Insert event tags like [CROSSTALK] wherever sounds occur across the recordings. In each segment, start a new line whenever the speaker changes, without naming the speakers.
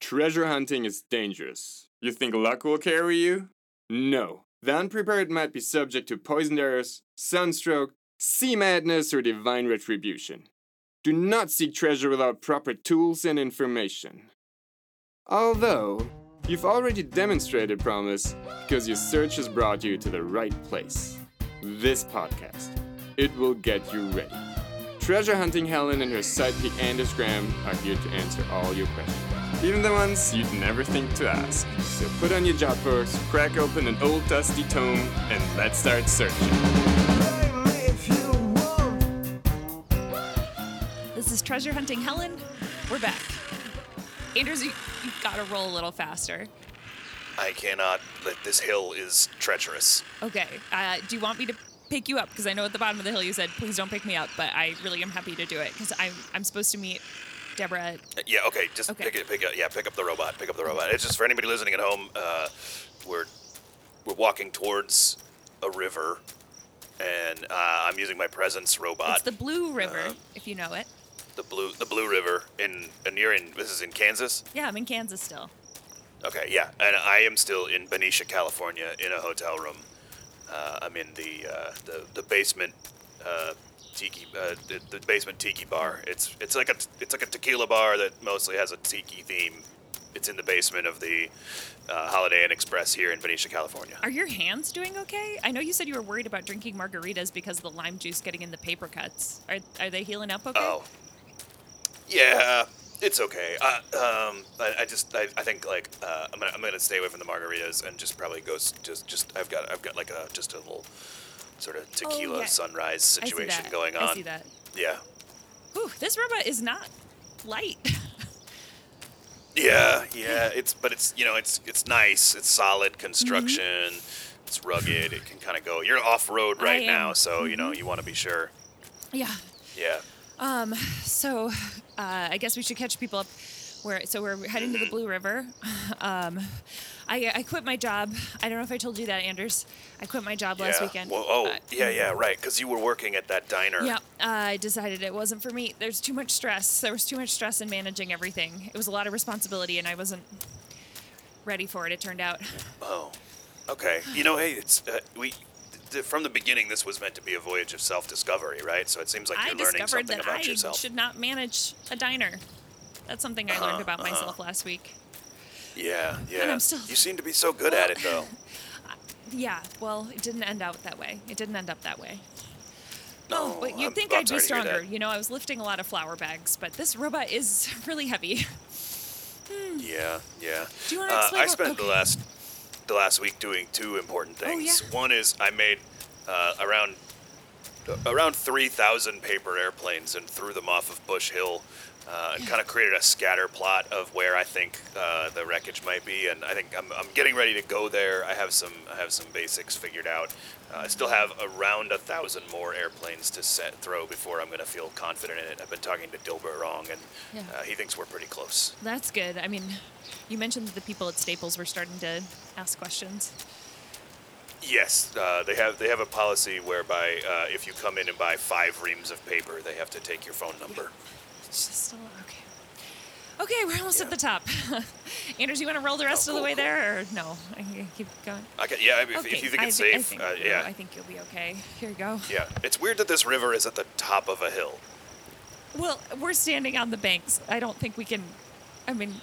Treasure hunting is dangerous. You think luck will carry you? No. The unprepared might be subject to poisoned arrows, sunstroke, sea madness, or divine retribution. Do not seek treasure without proper tools and information. Although, you've already demonstrated promise because your search has brought you to the right place. This podcast. It will get you ready. Treasure hunting Helen and her sidekick Anders Graham are here to answer all your questions, even the ones you'd never think to ask. So put on your jotbooks, crack open an old dusty tome, and let's start searching.
This is Treasure Hunting Helen. We're back. Anders, you, you gotta roll a little faster.
I cannot. Th- This hill is treacherous.
Okay. Uh, do you want me to pick you up? Because I know at the bottom of the hill you said, please don't pick me up, but I really am happy to do it because I'm, I'm supposed to meet Deborah.
Uh, Yeah. Okay. Just
Okay.
pick it. Pick up. Yeah. Pick up the robot. Pick up the robot. It's just for anybody listening at home. Uh, we're we're walking towards a river, and uh, I'm using my presence robot,
It's the Blue River,
Uh-huh.
if you know it.
the blue the blue river in and you're in this is in Kansas.
Yeah, I'm in Kansas still.
Okay. Yeah. And I am still in Benicia, California, in a hotel room. Uh, I'm in the uh, the the basement. Uh, Tiki, uh, the, the basement tiki bar. It's it's like a it's like a tequila bar that mostly has a tiki theme. It's in the basement of the uh, Holiday Inn Express here in Benicia, California.
Are your hands doing okay? I know you said you were worried about drinking margaritas because of the lime juice getting in the paper cuts. Are, are they healing up okay?
Oh, yeah, it's okay. I, um, I, I just I, I think like uh, I'm gonna I'm gonna stay away from the margaritas and just probably go s- just just I've got I've got like a just a little sort of tequila
Oh, yeah.
sunrise
I see
situation
that.
going on.
I see that.
Yeah,
Whew, this robot is not light. [LAUGHS]
yeah, yeah. It's but it's you know it's it's nice. It's
Mm-hmm.
solid construction. It's rugged. It can kind of go. You're off road
I
right
am. Mm-hmm.
now, so you know you want to be sure.
yeah.
Yeah.
Um, so uh, I guess we should catch people up. Where so we're heading to the Blue River. [LAUGHS] Um, I, I quit my job. I don't know if I told you that, Anders. I quit my job last
yeah.
weekend.
Whoa, oh,
Uh,
yeah, yeah, right. Because you were working at that diner.
Yeah, I decided it wasn't for me. There's too much stress. There was too much stress in managing everything. It was a lot of responsibility, and I wasn't ready for it. It turned out.
Oh, okay. You know, hey, it's uh, we th- from the beginning. This was meant to be a voyage of self-discovery, right? So it seems like
I
you're learning
discovered
something
that
about
I
yourself.
should not manage a diner. That's something I
Uh-huh.
learned about myself last week.
yeah, yeah.
I'm still- Oh,
You seem to be so good at it,
[LAUGHS]
though.
Yeah, well, it didn't end out that way. It didn't end up that way.
No,
but you'd
Oh, I'm-
think
I'm
I'd be
sorry to hear that.
stronger. You know, I was lifting a lot of flour bags, but this robot is [LAUGHS] really heavy.
Yeah, yeah.
Do you wanna
uh,
explain
I
what-
spent the
okay.
last the last week doing two important things.
yeah.
One is I made uh, around uh, around three thousand paper airplanes and threw them off of Bush Hill. Uh, and kind of created a scatter plot of where I think uh, the wreckage might be, and I think I'm, I'm getting ready to go there. I have some I have some basics figured out. Uh, I still have around a thousand more airplanes to set throw before I'm going to feel confident in it. I've been talking to Dilbert Wrong, and
Yeah.
uh, he thinks we're pretty close.
That's good. I mean, you mentioned that the people at Staples were starting to ask questions.
Yes, uh, they have they have a policy whereby uh, if you come in and buy five reams of paper, they have to take your phone number.
It's just a lot. Okay. Okay, we're almost at
Yeah. Oh,
the top. [LAUGHS] Anders, you want to roll the rest of the
cool,
way
cool.
there, or no? I can keep going.
I ca- yeah, if,
okay.
if you think
I
it's
thi- I
safe,
think-
uh,
no,
yeah,
I think you'll be okay. Here you go.
yeah. It's weird that this river is at the top of a hill.
Well, we're standing on the banks. I don't think we can. I mean,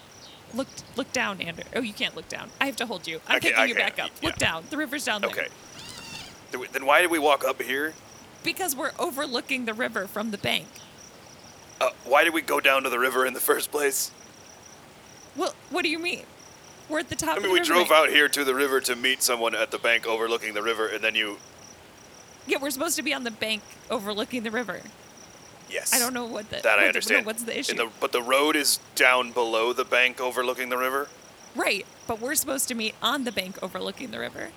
look look down, Andrew. Oh, you can't look down. I have to hold you. I'm
Okay,
picking
I
you
can't.
back up.
Yeah.
Look down. The river's down there.
Okay. Th- Then why did we walk up here?
Because we're overlooking the river from the bank.
Uh, why did we go down to the river in the first place?
Well, what do you mean? We're at the top.
I
of
mean,
the
we
river
drove
bank.
out here to the river to meet someone at the bank overlooking the river, and then you.
Yeah, we're supposed to be on the bank overlooking the river. [LAUGHS]
Yes.
I don't know what the.
That
what
I
the- no,
understand.
what's the
And
issue?
but the road is down below the bank overlooking the river.
Right, but we're supposed to meet on the bank overlooking the river.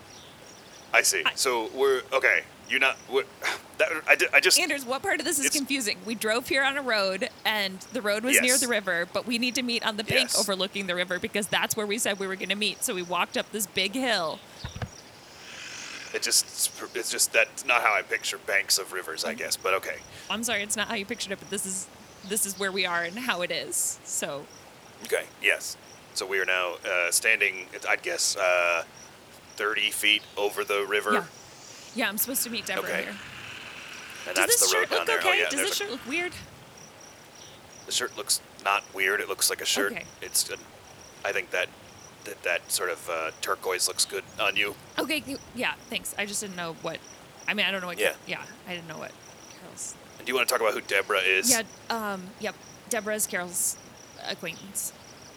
I see.
I-
so we're okay. You're not. We're, [SIGHS] that, I, di- I just.
Anders, what part of this is
It's-
confusing? We drove here on a road, and the road was near
Yes.
the river, but we need to meet on the bank
Yes.
overlooking the river because that's where we said we were going to meet. So we walked up this big hill.
It just. It's just that's not how I picture banks of rivers,
Mm-hmm.
I guess. But okay.
I'm sorry, it's not how you pictured it, but this is this is where we are and how it is. So
Okay. Yes. So we are now uh, standing, I'd guess, uh, 30 feet over the river.
Yeah. Yeah, I'm supposed to meet Deborah
Okay.
here. Does
And that's
this
the road
shirt
down
look
there.
okay?
Oh, yeah,
Does
there's
this
a-
shirt look weird?
the shirt looks not weird. It looks like a shirt.
Okay.
It's, uh, I think that that, that sort of uh, turquoise looks good on you.
Okay, you- yeah, thanks. I just didn't know what. I mean, I don't know what.
Yeah.
Yeah, I didn't know what Carol's.
And do you want to talk about who Deborah is?
Yeah, um, yep. Deborah's Carol's acquaintance.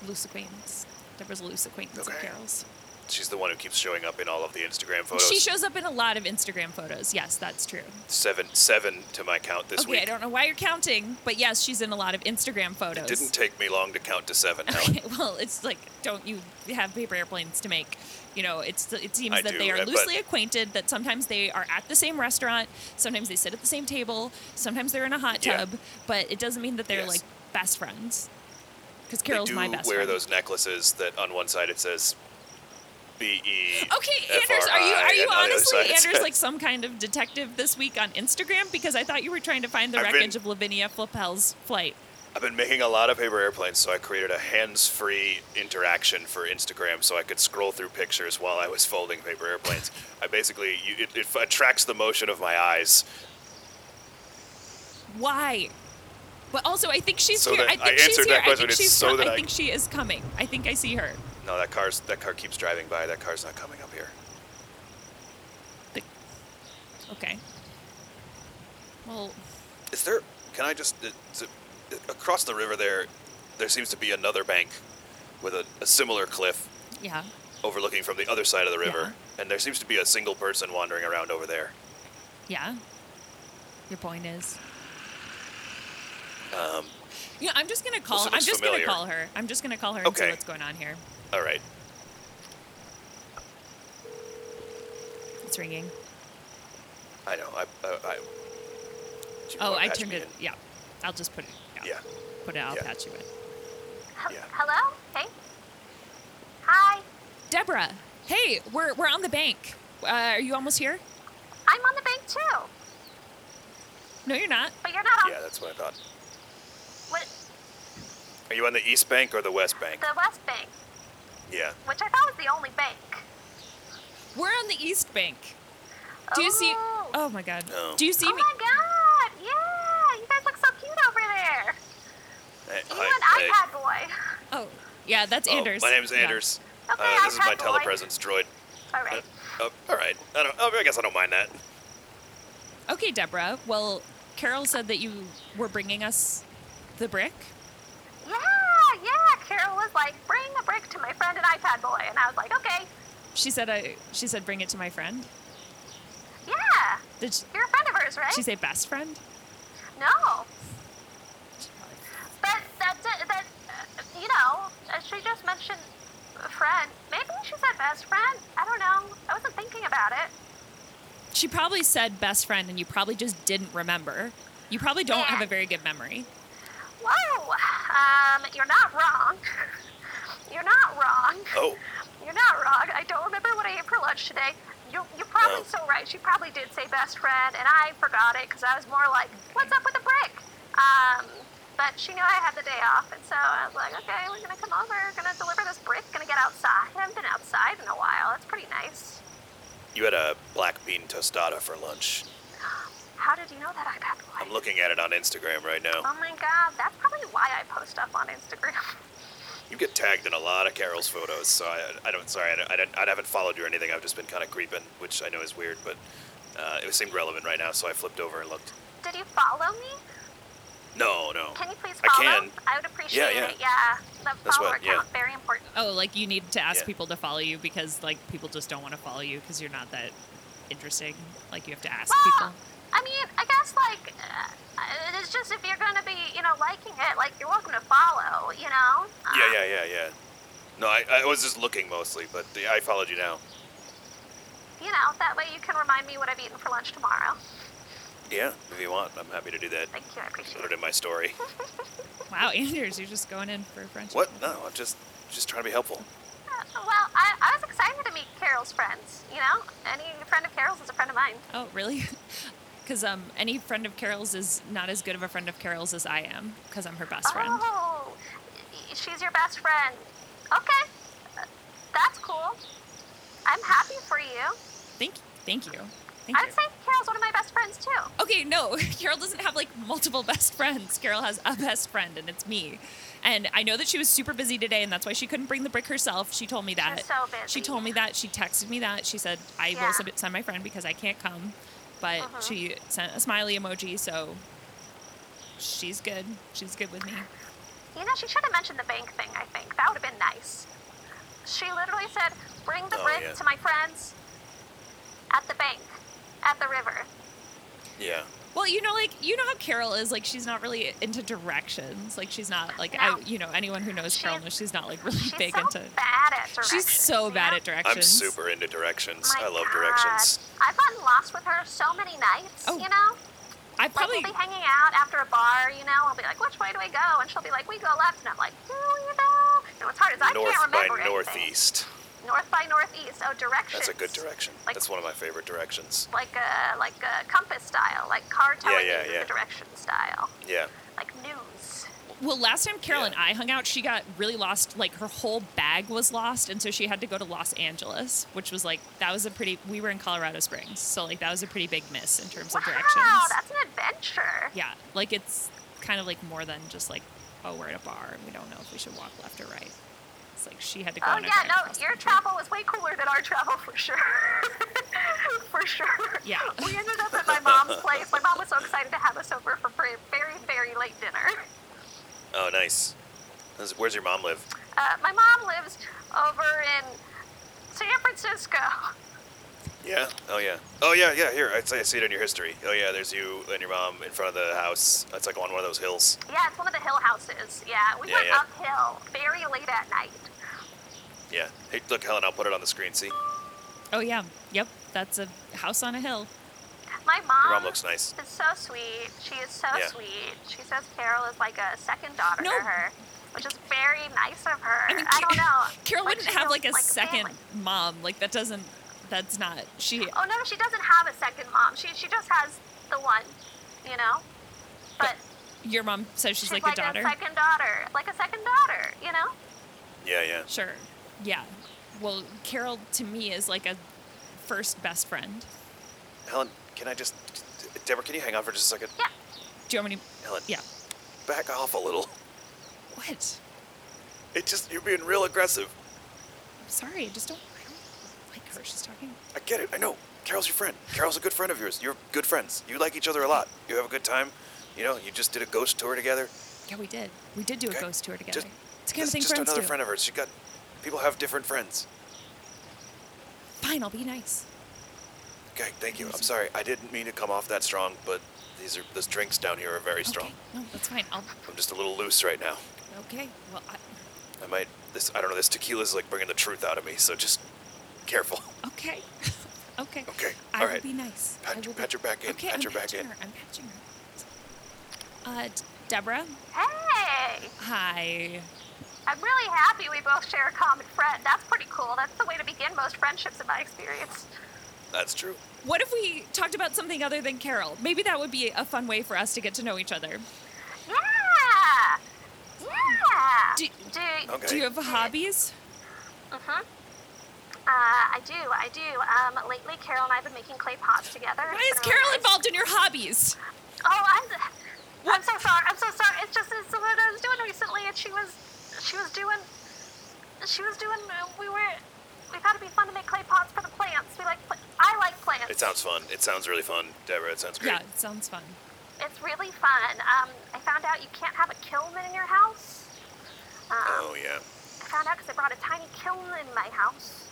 Loose acquaintance. Deborah's a loose acquaintance of
Okay.
Carol's.
She's the one who keeps showing up in all of the Instagram photos.
She shows up in a lot of Instagram photos. Yes, that's true.
seven, seven to my count this
okay,
week.
I don't know why you're counting, but yes, she's in a lot of Instagram photos.
It didn't take me long to count
[LAUGHS]
to seven. Now.
Okay, well, it's like, don't you have paper airplanes to make? You know, it's it seems
I
that they
do, uh,
are
but-
loosely acquainted. That sometimes they are at the same restaurant, sometimes they sit at the same table, sometimes they're in a hot
Yeah.
tub. But it doesn't mean that they're
Yes.
like best friends. Because
they
Carol's
do
my best
wear
friend.
those necklaces that on one side it says B E.
Okay, Anders, are you are
FRI,
you
and on the other
honestly
side it
Anders
says- [LAUGHS]
like some kind of detective this week on Instagram? Because I thought you were trying to find the
I've
wreckage
been-
of Lavinia Flapel's flight.
I've been making a lot of paper airplanes, so I created a hands-free interaction for Instagram, so I could scroll through pictures while I was folding paper
[LAUGHS]
airplanes. I basically you, it, it attracts the motion of my eyes,
Why? But also, I think she's
So
here.
that-
I think
I
she's
answered
here.
that
I
question.
think
It's
she's
so
com-
that
I
I-
think she is coming. I think I see her.
No, that car's that car keeps driving by. That car's not coming up here.
The- Okay. Well,
Is there? Can I just is it, across the river there? There seems to be another bank with a, a similar cliff
yeah.
overlooking from the other side of the river, and there seems to be a single person wandering around over there.
Yeah. Your point is.
Um,
Yeah, I'm just gonna call.
Listen,
I'm
it's
just
familiar.
gonna call her. I'm just gonna call her and see
Okay.
what's going on here.
all right.
It's ringing.
I know. I. I, I do you
Oh,
wanna
I
patch
turned
me
it. Yeah. I'll just put it.
in?
Yeah.
Yeah.
Put it. I'll
Yeah.
patch you in.
H-
Yeah.
Hello? Hey? Hi.
Deborah. Hey, we're we're on the bank. Uh, are you almost here?
I'm on the bank too.
No, you're not.
But you're not on
Yeah, that's what I thought.
what,
Are you on the east bank or the west bank?
the West Bank,
Yeah.
which I thought was the only bank.
We're on the East Bank. Do you see?
Oh.
Oh my God.
No.
Do you see
oh
me?
my god! Yeah! You guys look so cute over there!
Hey,
You
hi, hey.
and iPad Boy. [LAUGHS]
Oh, yeah, that's
Oh,
Anders.
my name's
Yeah.
Anders.
Okay,
uh, this is my
iPad boy.
telepresence droid.
Alright.
Uh, all right. I don't. oh, I guess I don't mind that.
Okay, Deborah. Well, Carol said that you were bringing us the brick.
Yeah, yeah! Carol was like, bring a brick to my friend and iPad Boy. And I was like, okay.
She said, I, she said, bring it to my friend.
Yeah!
Did she,
You're a friend of hers, right?
she say best friend?
No. That that that, that uh, you know, uh, she just mentioned a friend. Maybe she said best friend. I don't know. I wasn't thinking about it.
She probably said best friend, and you probably just didn't remember. You probably don't have a very good memory.
Whoa. Um, you're not wrong. You're not wrong.
Oh.
You're not wrong. I don't remember what I ate for lunch today. You, you're
Oh.
probably so right. She probably did say best friend, and I forgot it because I was more like, what's up with the brick? Um, but she knew I had the day off, and so I was like, okay, we're going to come over, going to deliver this brick, going to get outside. I haven't been outside in a while. It's pretty nice.
You had a black bean tostada for lunch.
How did you know that iPad boy?
I'm looking at it on Instagram right now.
Oh my god, that's probably why I post stuff on Instagram. [LAUGHS]
You get tagged in a lot of Carol's photos, so I, I don't. Sorry, I, don't- I, don't- I haven't followed you or anything. I've just been kind of creeping, which I know is weird, but uh, it seemed relevant right now, so I flipped over and looked.
Did you follow me?
No, no.
Can you please
I
follow?
can.
I would appreciate
yeah.
it. Yeah. The
That's
follower
what- yeah.
count, very important.
Oh, like you need to ask
Yeah.
people to follow you because like people just don't want to follow you because you're not that interesting. Like you have to ask people.
Ah!
Well, I mean, I guess like uh, it's just if you're gonna be, you know, liking it, like you're welcome to follow, you know.
Yeah, yeah, yeah, yeah. No, I, I was just looking mostly, but the, I followed you now.
Um, You know, that way you can remind me what I've eaten for lunch tomorrow.
Yeah, if you want, I'm happy to do that.
Thank you, I appreciate
Put it
it.
in my story.
Wow, Anders, you're just going in for a friendship.
What? No, I'm just just trying to be helpful.
Uh, well, I, I was excited to meet Carol's friends. You know, any friend of Carol's is a friend of mine.
Oh, really? [LAUGHS] Because um, any friend of Carol's is not as good of a friend of Carol's as I am, because I'm her best friend.
Oh, y- y- she's your best friend. Okay, I'm happy for you.
Thank, thank you. Thank
I'd
you.
say Carol's one of my best friends too.
okay, no, [LAUGHS] Carol doesn't have like multiple [LAUGHS] best friends. Carol has a best friend, and it's me. And I know that she was super busy today, and that's why she couldn't bring the brick herself. She told me that.
She's so busy.
She told me that. She texted me that. She said, I
Yeah.
will sub- send my friend because I can't come. But
Uh-huh.
she sent a smiley emoji, so she's good. She's good with me.
You know, she should have mentioned the bank thing, I think. That would have been nice. She literally said, bring the
Oh,
brick
yeah.
to my friends at the bank, at the
[LAUGHS]
river.
Yeah.
Well, you know, like you know how Carol is. Like she's not really into directions. Like she's not like
No.
I, you know anyone who knows Carol
She's-
knows she's not like really
She's
big
so
into.
bad at directions.
She's so
you
bad
know? Oh
at directions.
I'm super into directions.
My
I love
God.
directions.
I've gotten lost with her so many nights,
Oh,
you know?
I
Like,
probably
we'll be hanging out after a bar, you know? I'll be like, which way do we go? And she'll be like, we go left. And I'm like, do you know? You know, it's hard as I
North
can't
by
remember anything.
northeast.
North by northeast. Oh, directions.
That's a good direction.
Like-
That's one of my favorite directions.
Like a like a compass style, like car telling
yeah,
you
yeah.
the direction style,
Yeah.
like news.
Well, last time Carol
Yeah.
and I hung out, she got really lost. Like her whole bag was lost, and so she had to go to Los Angeles, which was like that was a pretty. We were in Colorado Springs, so like that was a pretty big miss in terms of directions.
Wow, that's an adventure.
yeah, like it's kind of like more than just like oh we're at a bar and we don't know if we should walk left or right. It's like she had to go.
Oh
on a
yeah,
drive across
no,
the
your
country.
travel was way cooler than our travel for sure. [LAUGHS] for sure.
Yeah. [LAUGHS]
We ended up at my mom's place. My mom was so excited to have us over for very, very, very late dinner.
Oh, nice. Does- Where's your mom live?
Uh, my mom lives over in San Francisco.
Yeah. Oh, yeah. Oh, yeah, yeah. Here, I see, I see it in your history. Oh, yeah. There's you and your mom in front of the house. It's like on one of those hills.
Yeah, it's one of the hill houses. Yeah, we
Yeah,
went
yeah.
uphill very late at night.
Yeah. Hey, look, Helen. I'll put it on the screen. See, your
Oh yeah, yep, that's a house on a hill.
My mom,
mom looks nice.
is so sweet. She is so
Yeah.
sweet. She says Carol is like a second daughter
No.
to her, which is very nice of her. I,
mean,
don't know.
[LAUGHS] Carol
Like,
wouldn't
she
have
feels
like a second
family.
mom. Like that doesn't. That's not she.
Oh no, she doesn't have a second mom. She she just has the one, you know. But
Your mom says she's,
she's
like,
like
a daughter.
second daughter, like a second daughter, you know.
Yeah, yeah.
Sure. Yeah. Well, Carol to me is like a first best friend.
Helen, can I just, Deborah? Can you hang on for just a second?
Yeah.
Do you want me to?
Helen,
Yeah.
back off a little. [LAUGHS]
What?
It just you're being real aggressive.
I'm sorry. I just don't. I don't like her. She's talking.
I get it. I know. Carol's your friend. Carol's a good friend of yours. You're good friends. You like each other a lot. You have a good time. You know, you just did a ghost tour together.
Yeah, we did. We did do a
Okay.
ghost tour together.
Just-
it's the kind of
That's
thing
just
friends
another
do.
friend of hers. She got people have different friends.
Fine. I'll be nice.
Okay, thank you. I'm sorry. I didn't mean to come off that strong, but these are those drinks down here are very strong.
Okay. No, that's fine. I'll.
I'm just a little loose right now.
Okay. Well. I,
I might this I don't know, this tequila is like bringing the truth out of me, so just careful. [LAUGHS]
okay. [LAUGHS] okay.
Okay,
I
all
will
right.
be nice. I
Pat,
will be-
pat your back in.
Okay.
pat
I'm
your back
patching
in.
her. I'm patching her. Uh, D- Deborah.
Hey,
Hi.
I'm really happy we both share a common friend. That's pretty cool. That's the way to begin most friendships, in my experience.
That's true.
What if we talked about something other than Carol? Maybe that would be a fun way for us to get to know each other.
Yeah. Yeah.
Do-
do,
Okay.
Do you have hobbies?
Mhm. Uh, I do, I do. Um, lately, Carol and I have been making clay pots together.
Why
It's
is
been really
Carol
nice.
involved in your hobbies?
Oh, I'm, I'm so sorry. I'm so sorry. It's just it's what I was doing recently, and she was, she was doing, she was doing. uh, We were, we thought it'd be fun to make clay pots for the plants. We like, pla- I like plants.
It sounds fun. It sounds really fun, Deborah. It sounds great.
Yeah, it sounds fun.
It's really fun. Um, I found out you can't have a kiln in your house. Um,
Oh yeah.
I found out because I brought a tiny kiln in my house,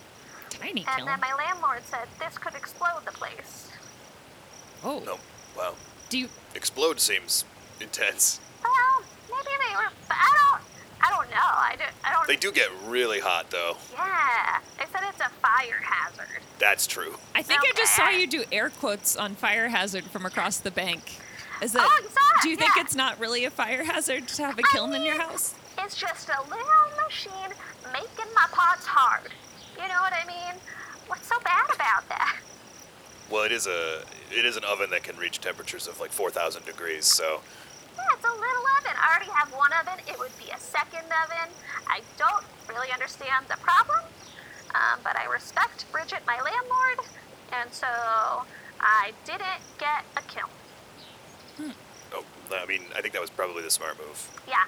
Tiny
and
kiln.
then my landlord said this could explode the place.
oh,
No. Wow.
do you?
Explode seems intense.
Well, maybe they were. But I don't. I don't know. I don't. I don't.
They do get really hot though.
Yeah. They said it's a fire hazard.
That's true.
I think I just saw
Okay.
you do air quotes on fire hazard from across the bank. Is that?
Oh, it's not,
do you think
yeah.
it's not really a fire hazard to have a
I
kiln in your
mean-
house?
It's just a little machine making my pots hard. You know what I mean? What's so bad about that?
Well, it is a it is an oven that can reach temperatures of like 4,000 degrees. So
Yeah, it's a little oven. I already have one oven. It would be a second oven. I don't really understand the problem. Um, but I respect Bridget, my landlord, and so I didn't get a kill.
Oh, I mean, I think that was probably the smart move.
Yeah.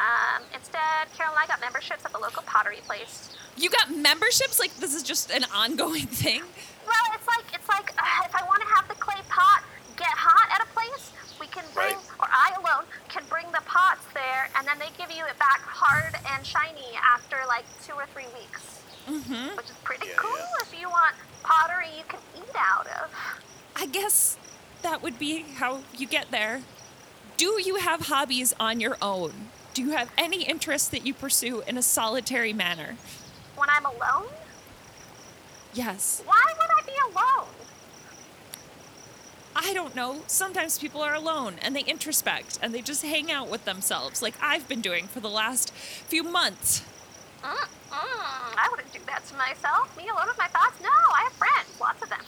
Um, instead, Carol and I got memberships at the local pottery place.
You got memberships? Like this is just an ongoing [LAUGHS] thing?
Well, it's like it's like uh, if I want to have the clay pot get hot at a place, we can bring,
Right.
or I alone can bring the pots there, and then they give you it back hard and shiny after like two or three weeks,
Mm-hmm.
which is pretty
Yeah,
cool
yeah.
if you want pottery you can eat out of.
I guess that would be how you get there. Do you have hobbies on your own? Do you have any interests that you pursue in a solitary manner?
When I'm alone,
Yes.
why would I be alone?
I don't know. Sometimes people are alone and they introspect and they just hang out with themselves, like I've been doing for the last few months.
Mm-mm, I wouldn't do that to myself. Me alone with my thoughts? No, I have friends, lots of them.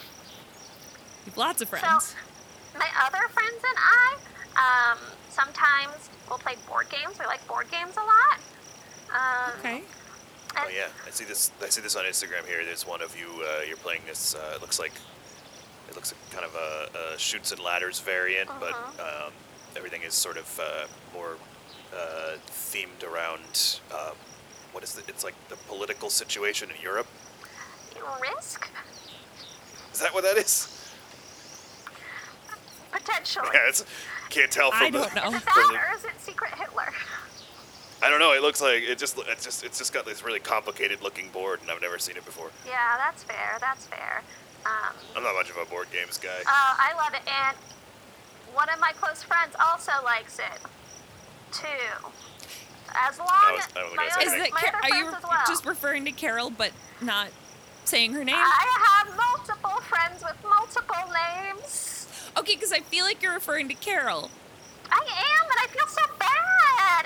You've lots of friends.
So, my other friends and I, um, sometimes we'll play board games. We like board games a lot. Um,
okay.
and-
Oh yeah, I see this. I see this on Instagram here. There's one of you. Uh, you're playing this. Uh, it looks like it looks like kind of a, a shoots and ladders variant, but um, everything is sort of uh, more uh, themed around um, what is it? It's like the political situation in Europe.
Risk?
Is that what that is? [LAUGHS]
Potentially.
Yeah, it's, can't tell from
I
the.
don't know.
Is it
[LAUGHS] from
that
the-
or is it Secret Hitler?
I don't know. It looks like it just. It's just. It's just got this really complicated looking board, and I've never seen it before.
Yeah, that's fair. That's fair. Um,
I'm not much of a board games guy.
oh, I love it. And one of my close friends also likes it, too. As long
I was-
as
I don't think
my,
I said
other,
Is
anything.
that
my
Car-
other
are you
friends as well.
just referring to Carol but not saying her name?
I have multiple friends with multiple names.
okay, because I feel like you're referring to Carol.
I am, and I feel so bad.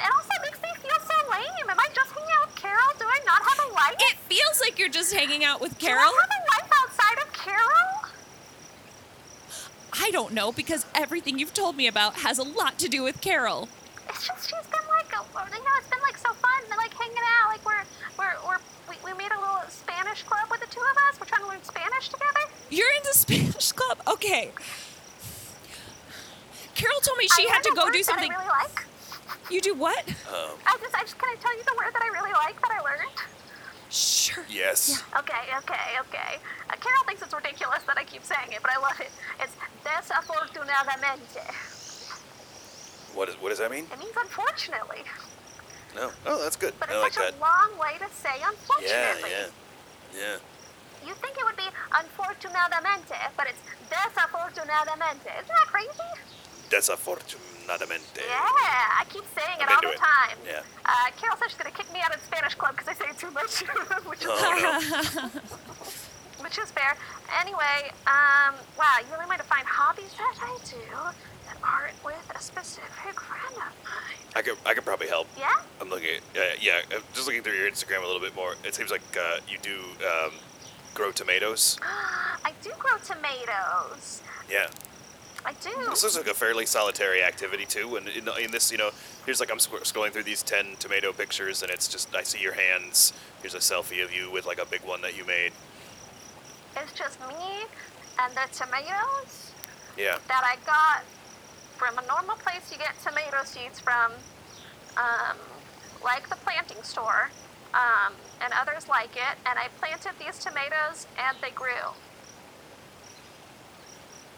It also makes me feel so lame. Am I just hanging out with Carol? Do I not have a life?
It feels like you're just hanging out with
Do I
Carol.
have a life outside of Carol?
I don't know because everything you've told me about has a lot to do with Carol.
It's just she's been like, a, you know, it's been like so fun. They're like hanging out. Like we're we're we're we, we made a little Spanish club with the two of us. We're trying to learn Spanish together.
You're into [LAUGHS] Spanish Club? Okay. Carol told me she
I
had to
learned a
go
word
do
that
something.
I really like.
You do what?
Um,
I just I just can I tell you the word that I really like that I learned.
Sure.
yes.
Okay, okay, okay. Uh, Carol thinks it's ridiculous that I keep saying it, but I love it. It's desafortunadamente.
What, is, what does that mean?
It means unfortunately,
No. Oh, that's good.
but it's
I like
such
that.
a long way to say
Yeah,
unfortunately.
yeah, yeah.
You think it would be unfortunadamente, but it's desafortunadamente. Isn't that crazy?
Desafortunadamente.
Yeah,
[LAUGHS]
I keep saying it
I'm
all
into
the
it.
time.
Yeah.
Uh, Carol says she's gonna kick me out of the Spanish club because I say it too much, [LAUGHS] which is
Oh, no. [LAUGHS]
which is fair. Anyway, um, wow, you really might have find hobbies that I do that aren't with a specific friend of mine.
I could, I could probably help.
Yeah?
I'm looking at, uh, yeah, I'm just looking through your Instagram a little bit more. It seems like uh, you do um, grow [GASPS] tomatoes.
I do grow tomatoes.
Yeah.
I do.
This looks like a fairly solitary activity, too. And in, in this, you know, here's like I'm sc- scrolling through these 10 tomato pictures, and it's just, I see your hands. Here's a selfie of you with like a big one that you made.
It's just me and the tomatoes
Yeah.
that I got from a normal place you get tomato seeds from, um, like the planting store, um, and others like it. And I planted these tomatoes and they grew.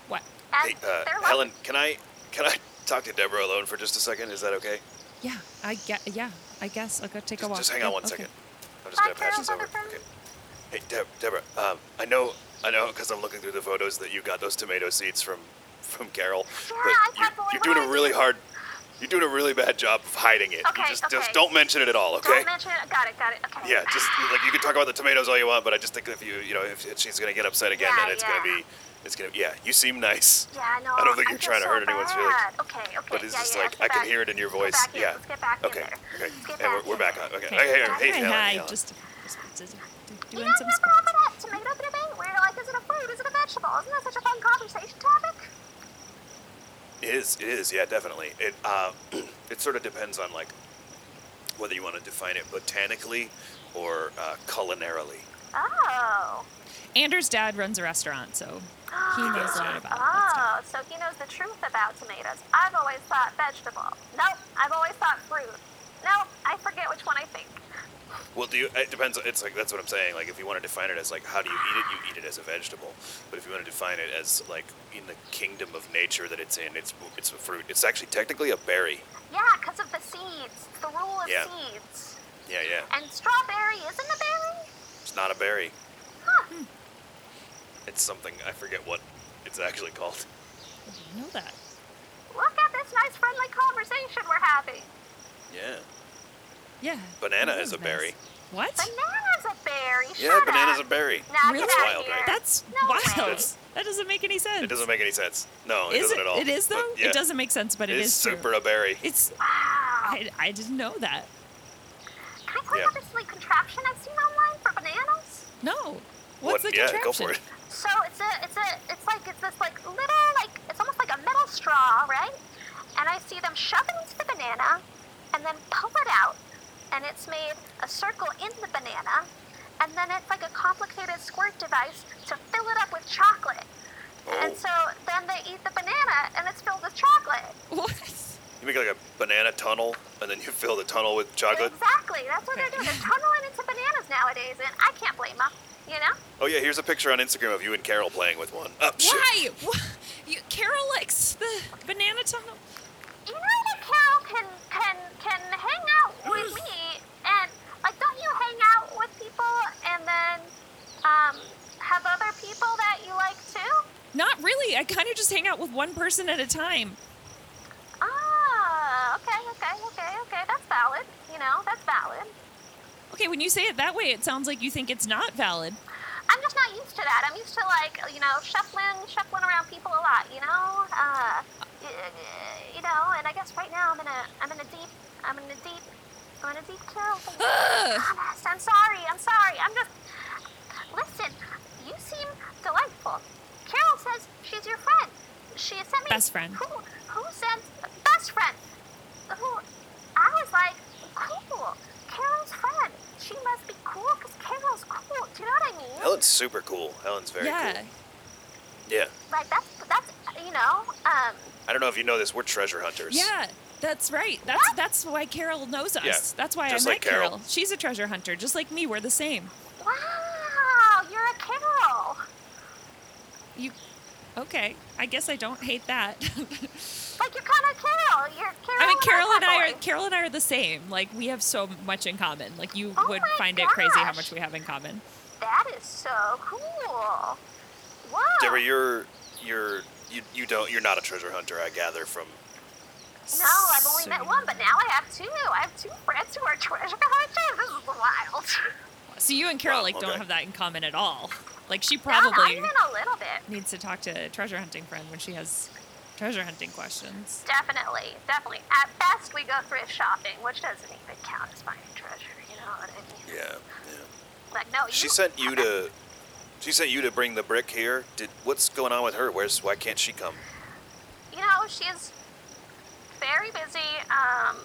What?
And
Hey, uh,
they're like
Helen, can I, can I talk to Deborah alone for just a second? Is that okay?
Yeah, I get. Yeah, I guess I'll go take a
Just,
walk.
just hang on one second. I'm just
Hi,
gonna patch
Carol
this over.
Rutherford.
Okay. Hey, Deb- Deborah. Um, I know, I know, because I'm looking through the photos that you got those tomato seeds from, from Carol.
Yeah,
but
I
you're,
got the one
you're doing
when
a
I
really
did-
hard, you're doing a really bad job of hiding it. You
Okay,
just,
okay.
just don't mention it at all, okay?
Don't mention it. Got it. Got it. Okay.
yeah, just like you can talk about the tomatoes all you want, but I just think if you, you know, if she's gonna get upset again,
Yeah,
then it's
yeah.
gonna be, it's gonna, yeah. You seem nice,
Yeah, I know.
I don't think you're
feel
trying to
so
hurt anyone's feelings.
bad. Okay. Okay.
but it's
yeah,
just
yeah,
like
let's
I
get
can
back-
hear it in your
let's
voice.
get back in,
yeah.
Let's get back in
okay.
there.
Okay.
Let's get
And
back
we're, we're
in
back
there.
on. Okay.
Okay.
Hey, hey, hey,
Hi,
Helen,
hi,
Helen.
Just just- just doing
You guys
some
remember
squats.
all that tomato debate? Where like, is it a fruit? Is it a vegetable? Isn't that such a fun conversation topic?
It is. It is. Yeah, definitely. It uh, [CLEARS THROAT] it sort of depends on like whether you want to define it botanically or uh, culinarily.
Oh.
Anders' dad runs a restaurant, so [GASPS] he knows a lot about that stuff.
Oh, so he knows the truth about tomatoes. I've always thought vegetable. Nope, I've always thought fruit. Nope, I forget which one I think.
Well, do you? It depends. It's like that's what I'm saying. Like, if you want to define it as like how do you eat it, you eat it as a vegetable. But if you want to define it as like in the kingdom of nature that it's in, it's it's a fruit. It's actually technically a berry.
Yeah, because of the seeds. The rule of
Yeah.
seeds.
Yeah, yeah.
And strawberry isn't a berry?
It's not a berry.
Huh.
It's something I forget what it's actually called.
I didn't know that.
Look at this nice friendly conversation we're having.
Yeah.
Yeah.
Banana
that
is
was
a berry.
What?
Banana's a berry.
Yeah,
Shut
banana's a
up.
berry.
Now
Really?
get out
Wild,
of here.
right?
That's
No
wild.
way.
That doesn't make any sense.
It doesn't make any sense. No, it
Is
doesn't
it-
at all.
It is
But
though.
yeah,
It doesn't make sense, but
It
it
is
is true.
super a berry.
It's.
Wow.
I, I didn't know that.
Can I point
Yeah.
out this like contraption I've seen online for bananas?
No. What's
What-
the
yeah,
contraption?
go for it.
So it's a, it's a, it's like it's this like little like it's almost like a metal straw, right? And I see them shove it into the banana, and then pull it out, and it's made a circle in the banana, and then it's like a complicated squirt device to fill it up with chocolate.
Oh.
And so then they eat the banana, and it's filled with chocolate.
[LAUGHS] What?
You make like a banana tunnel, and then you fill the tunnel with chocolate.
Exactly. That's what they're doing. They're tunneling into bananas nowadays, and I can't blame them. You know?
Oh yeah, here's a picture on Instagram of you and Carol playing with one. Oh shit.
Why? Wha- You, Carol likes the banana tunnel.
You know that Carol can can can hang out with me, and like, don't you hang out with people and then um have other people that you like too?
Not really. I kind of just hang out with one person at a time.
Ah, okay, okay, okay, okay. That's valid. You know, that's valid.
Okay, when you say it that way, it sounds like you think it's not valid.
I'm just not used to that. I'm used to like you know shuffling, shuffling around people a lot. You know, uh, y- you know. And I guess right now I'm in a, I'm in a deep, I'm in a deep, I'm in a deep
[GASPS]
terrible.
Ugh.
Honest, I'm sorry. I'm sorry. I'm just. Listen, you seem delightful. Carol says she's your friend. She sent me
Best friend.
Who, who sent best friend? Who? I was like, cool. Carol's friend. She must be cool because Carol's cool. Do you know what I mean?
Helen's super cool. Helen's very
yeah.
cool. Yeah.
Like that's that's you know um
I don't know if you know this. We're treasure hunters.
Yeah. That's right. That's that's why Carol knows us.
Yeah,
That's why
just
I met
like Carol.
She's a treasure hunter, just like me. We're the same.
wow you're a Carol.
You okay? I guess I don't hate that. [LAUGHS]
Like you're kind of Carol. You're Carol.
I mean,
our
Carol and I are
cowboy.
Carol and I are the same. Like we have so much in common. Like you
Oh
would
my
find it crazy how
gosh.
much we have in common.
That is so cool. Wow.
Deborah, you're you're you, you don't you're not a treasure hunter. I gather from.
No, I've only
So-
met one, but now I have two. I have two friends who are treasure hunters. This is wild. [LAUGHS]
So you and Carol
Wow,
like don't
okay.
have that in common at all. Like she
Not- Not
probably
even a little bit.
needs to talk to a treasure hunting friend when she has treasure hunting questions.
Definitely, definitely. At best, we go thrift shopping, which doesn't even count as finding treasure. You know what I mean?
Yeah.
Like no.
She
you-
sent you to. She sent you to bring the brick here. Did what's going on with her? Where's why can't she come?
You know, she's very busy. Um,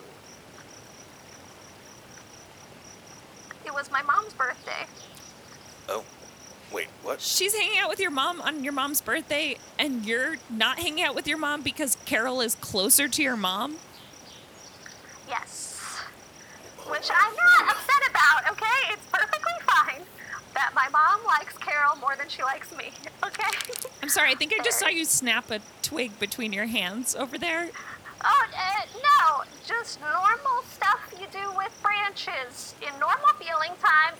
it was my mom's birthday.
Oh, wait, what?
She's hanging out with your mom on your mom's birthday, and you're not hanging out with your mom because Carol is closer to your mom.
Yes. Which I'm not upset about, okay? It's perfectly fine that my mom likes Carol more than she likes me, okay? [LAUGHS]
I'm sorry, I think I just saw you snap a twig between your hands over there.
oh, uh, no, just normal stuff you do with branches in normal feeling time.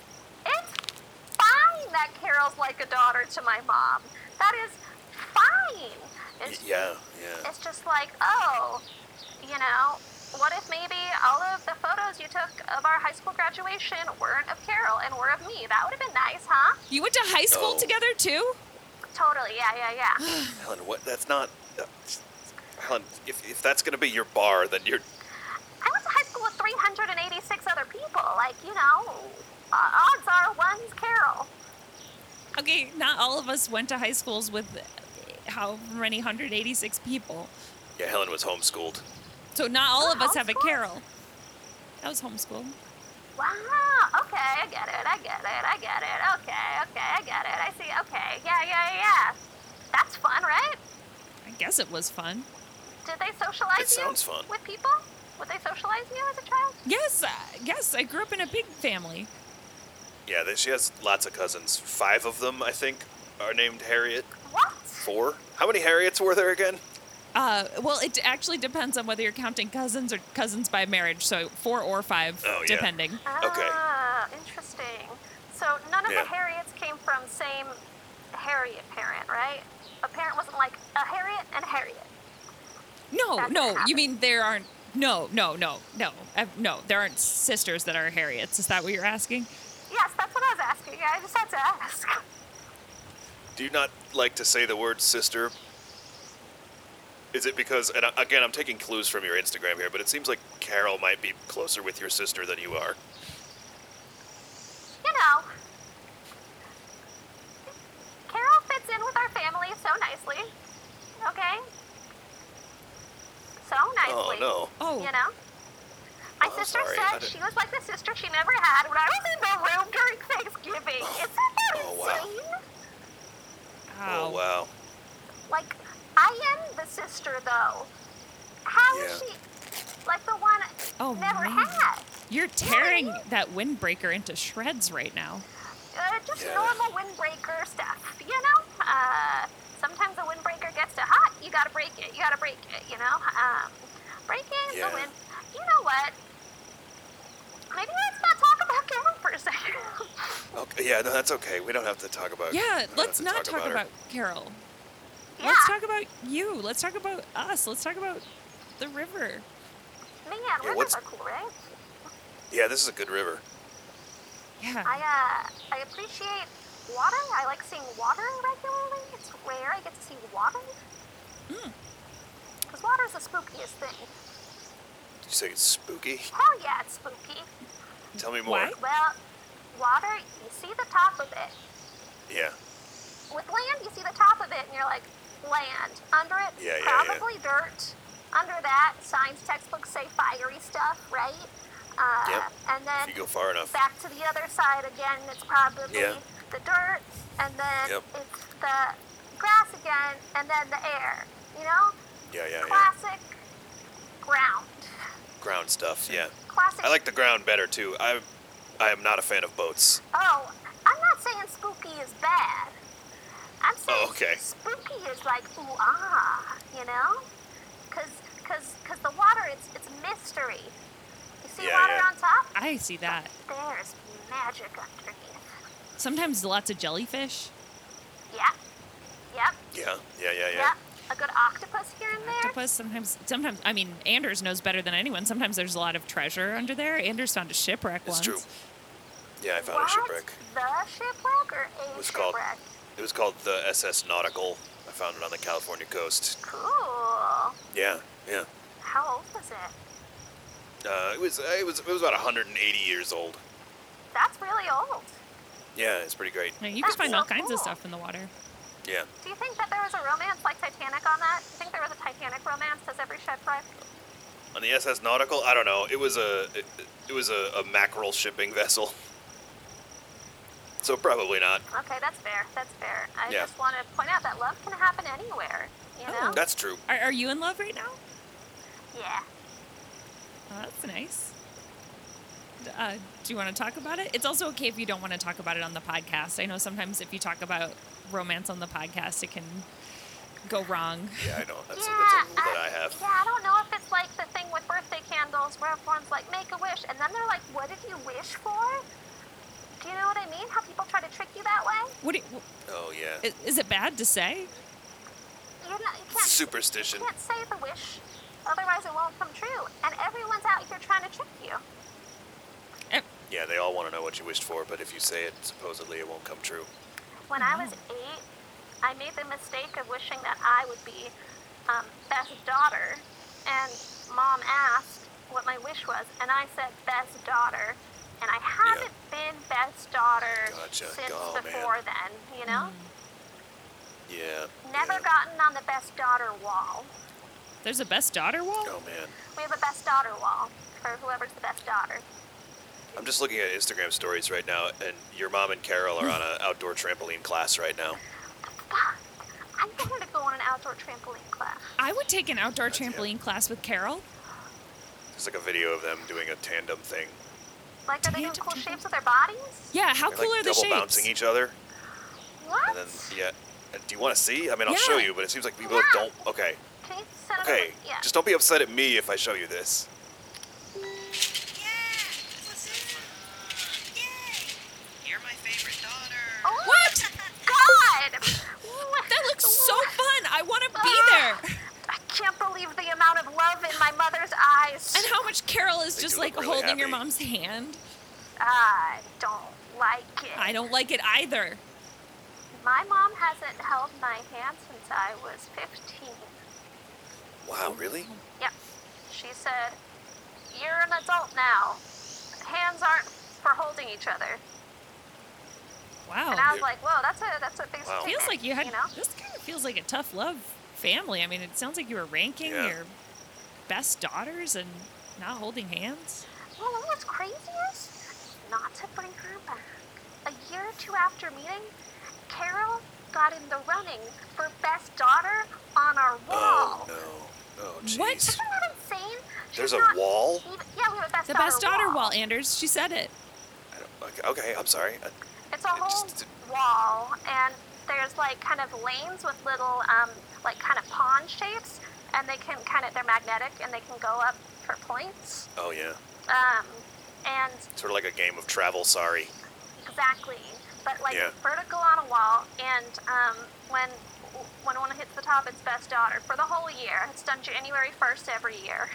It's fine that Carol's like a daughter to my mom. That is fine.
Y-
It's
yeah, yeah.
it's just like, oh, you know, what if maybe all of the photos you took of our high school graduation weren't of Carol and were of me? That would have been nice, huh?
You went to high school
No.
together too?
Totally, yeah, yeah, yeah.
Helen, what? That's not. Uh, Helen, if, if that's gonna be your bar, then you're.
I went to high school with 386 other people. Like, you know, uh, odds are one's Carol.
Okay, not all of us went to high schools with however many 186 people.
Yeah, Helen was homeschooled.
So not all of us have a
Homeschool?
Carol. That was homeschool.
Wow, okay, okay, I get it, I get it, I get it, okay, okay, I get it, I see, okay, yeah, yeah, yeah. That's fun, right?
I guess it was fun.
Did they socialize
It
you
sounds fun.
with people? Would they socialize you as a child?
Yes, uh, yes, I grew up in a big family.
Yeah, they, she has lots of cousins. Five of them, I think, are named Harriet.
What?
Four? How many Harriets were there again?
Uh, well, it actually depends on whether you're counting cousins or cousins by marriage. So four or five,
Oh, yeah.
depending.
Okay.
Ah, interesting. So none of
Yeah.
the Harriets came from same Harriet parent, right? A parent wasn't like a Harriet and Harriet.
No,
That's
no,
what
you mean there aren't? No, no, no, no, Uh, no. There aren't sisters that are Harriets. Is that what you're asking?
Yes, that's what I was asking. I just had to ask. [LAUGHS]
Do you not like to say the word sister? Is it because, and I- again, I'm taking clues from your Instagram here, but it seems like Carol might be closer with your sister than you are.
You know, Carol fits in with our family so nicely. Okay? So
Oh,
nicely.
no.
Oh,
You know? My
Oh,
sister
sorry, I
said
didn't-
she was like the sister she never had when I was in the room during Thanksgiving. Isn't that
Oh, wow.
insane?
Oh, wow.
Like, I am the sister though. How is
Yeah.
she like the one
Oh,
never
man.
had?
You're tearing that windbreaker into shreds right now.
Uh, just
Yeah.
normal windbreaker stuff, you know? Uh, sometimes the windbreaker gets too hot. You gotta break it. You gotta break it, you know? Um, breaking
Yeah.
the wind. You know what? Maybe let's not talk about Carol for a second. [LAUGHS]
Okay, yeah, no, that's okay. We don't have to talk about. we
Yeah,
don't
let's
have to
not talk about,
her.
Carol.
yeah.
Let's talk about you. Let's talk about us. Let's talk about the river.
Man,
Yeah,
rivers
what's-
are cool, right?
Yeah, this is a good river.
Yeah.
I uh, I appreciate water. I like seeing water regularly. It's rare I get to see water. Because water's the spookiest thing.
Did you say it's spooky?
Hell yeah, it's spooky.
Tell me more.
Why?
Well, water, you see the top of it.
Yeah.
With land, you see the top of it, and you're like, land. Under it,
Yeah, yeah, yeah.
probably dirt. Under that, science textbooks say fiery stuff, right? Uh,
Yep.
And then
If you go far enough.
back to the other side again. It's probably
Yeah.
the dirt, and then
Yep.
it's the grass again, and then the air. You know,
Yeah, yeah, yeah.
classic ground.
Ground stuff. Yeah.
Classic.
I like the ground better too. I, I am not a fan of boats.
Oh, I'm not saying spooky is bad. I'm saying
Oh, okay.
spooky is like ooh ah, you know? Cause, cause, 'cause the water, it's it's mystery. You see
Yeah,
water
yeah.
on top?
I see that.
There's magic underneath.
Sometimes lots of jellyfish.
Yeah. Yep.
Yeah, yeah, yeah, yeah.
Yep. A good octopus here and there.
Octopus. Sometimes, sometimes. I mean, Anders knows better than anyone. Sometimes there's a lot of treasure under there. Anders found a shipwreck
It's
once.
true. Yeah, I found
what?
a shipwreck.
The shipwreck or a
It was
shipwreck?
called. It was called the SS Nautical. I found it on the California coast.
Cool.
Yeah, yeah.
How old was it?
Uh, it was it was it was about 180 years old.
That's really old.
Yeah, it's pretty great.
Yeah, You can
That's
find
so
all kinds
cool.
of stuff in the water.
Yeah.
Do you think that there was a romance like Titanic on that? Do you think there was a Titanic romance? Does every shipwreck?
On the SS Nautical, I don't know. It was a it, it was a, a mackerel shipping [LAUGHS] vessel. So probably not.
Okay, that's fair. That's fair. I
Yeah.
just want to point out that love can happen anywhere. You know?
Oh.
That's true.
Are, are you in love right now?
Yeah.
Oh, that's nice. D- Uh, do you want to talk about it? It's also okay if you don't want to talk about it on the podcast. I know sometimes if you talk about romance on the podcast, it can go wrong.
Yeah, I know. That's,
yeah.
that's a rule that I have.
Yeah, I don't know if it's like the thing with birthday candles where everyone's like, make a wish, and then they're like, what did you wish for? Do you know what I mean? How people try to trick you that way?
What do you,
Oh yeah.
i- is it bad to say?
You, know, you can't.
Superstition.
You can't say the wish, otherwise it won't come true. And everyone's out here trying to trick you.
Eh,
Yeah, they all want to know what you wished for, but if you say it, supposedly it won't come true.
When I was eight, I made the mistake of wishing that I would be um, best daughter. And mom asked what my wish was, and I said best daughter. And I haven't been best daughter
Gotcha.
since
Oh, man.
before then, you know?
Yeah.
Never
yeah.
gotten on the best daughter wall.
There's a best daughter wall?
Oh man.
We have a best daughter wall for whoever's the best daughter.
I'm just looking at Instagram stories right now, and your mom and Carol are on an outdoor trampoline class right now.
Fuck. I wanted to go on an outdoor trampoline class.
I would take an outdoor
yeah.
trampoline class with Carol.
There's like a video of them doing a tandem thing.
Like, are they doing
Tandem
cool
trampoline.
shapes with their bodies?
Yeah, how
They're
cool
like
are the
double
shapes?
bouncing each other,
What?
and then yeah. uh, Do you want to see? I mean, I'll show
Yeah.
you, but it seems like people
Yeah.
don't. Okay,
Can you set it up?
okay.
Yeah.
Just don't be upset at me if I show you this.
You're my favorite daughter.
Oh
What?
God!
That looks so fun. I want to be
Ah.
there.
I can't believe the amount of love in my mother's eyes.
And how much Carol is
They
just
do look
like
really
holding your
happy.
mom's hand.
I don't like it.
I don't like it either.
My mom hasn't held my hand since I was 15.
Wow, really?
Yep. She said, You're an adult now. Hands aren't for holding each other. And I
Wow.
was like, Whoa, that's a that's a big
Wow.
statement.
Oh, Feels like you had
you know?
this kind of feels like a tough love family. I mean, it sounds like you were ranking
Yeah.
your best daughters and not holding hands.
Well, you know what's crazy is not to bring her back. A year or two after meeting, Carol got in the running for best daughter on our
Oh
wall.
no. Oh
What?
jeez.
Isn't that insane?
There's
She's
a
not
wall?
even- yeah, we have a best
The
daughter
best daughter
wall.
wall, Anders. She said it.
I don't- okay, okay, I'm sorry. I-
It's a
It
whole
just-
wall, and there's like kind of lanes with little, um, like kind of pond shapes, and they can kind of they're magnetic and they can go up for points.
Oh yeah,
Um, and
sort of like a game of travel. Sorry.
Exactly. But like
Yeah.
vertical on a wall, and um, when when one hits the top, it's best daughter for the whole year. It's done January first every year.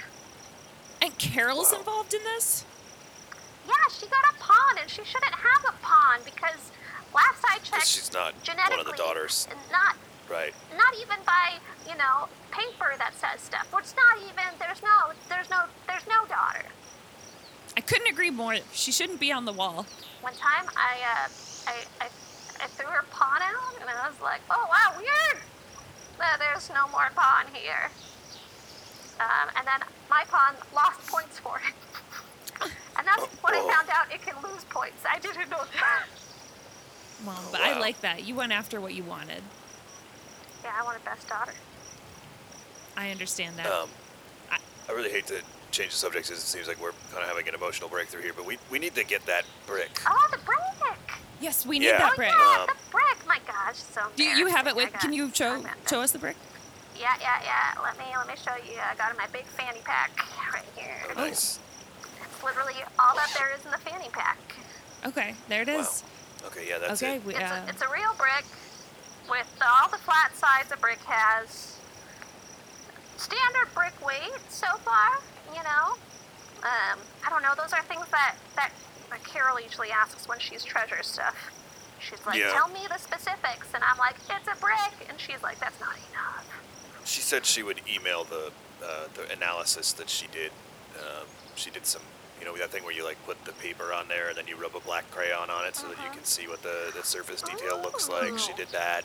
And Carol's
Wow.
involved in this?
Yeah, she got a pawn, and she shouldn't have a pawn because last I checked,
she's not one of the
genetically,
daughters.
Not
Right.
not even by you know paper that says stuff. It's not even there's no there's no there's no daughter.
I couldn't agree more. She shouldn't be on the wall.
One time, I uh, I, I I threw her pawn out, and I was like, "Oh wow, weird! Uh, there's no more pawn here." Um, and then my pawn lost points for it, [LAUGHS] and that's when I found out it can lose points. I didn't know that.
Well,
Oh,
but I
wow.
like that. You went after what you wanted.
Yeah, I wanted best daughter.
I understand that.
Um,
I-
I really hate to change the subject because it seems like we're kind of having an emotional breakthrough here, but we, we need to get that brick.
Oh, the brick!
yes, we need
yeah.
that
Oh
brick.
yeah,
Um,
the brick! My gosh, so.
Do you, you have it
embarrassing.
with?
I
Can
got-
you show
I'm at
show
the-
us the brick?
Yeah, yeah, yeah. Let me let me show you. I got it in my big fanny pack right here.
Oh, nice.
It's literally all that there is in the fanny pack.
Okay, there it
Wow.
is.
Okay, yeah, that's
okay,
it.
we,
It's,
uh,
a, it's a real brick with all the flat sides a brick has. Standard brick weight so far, you know. Um, I don't know. Those are things that that that Carol usually asks when she's treasure stuff. She's like,
Yeah.
"Tell me the specifics," and I'm like, "It's a brick," and she's like, "That's not enough."
She said she would email the uh, the analysis that she did. Um, she did some, you know, that thing where you like put the paper on there and then you rub a black crayon on it so
Uh-huh.
that you can see what the, the surface detail looks like. She
Ooh.
did that,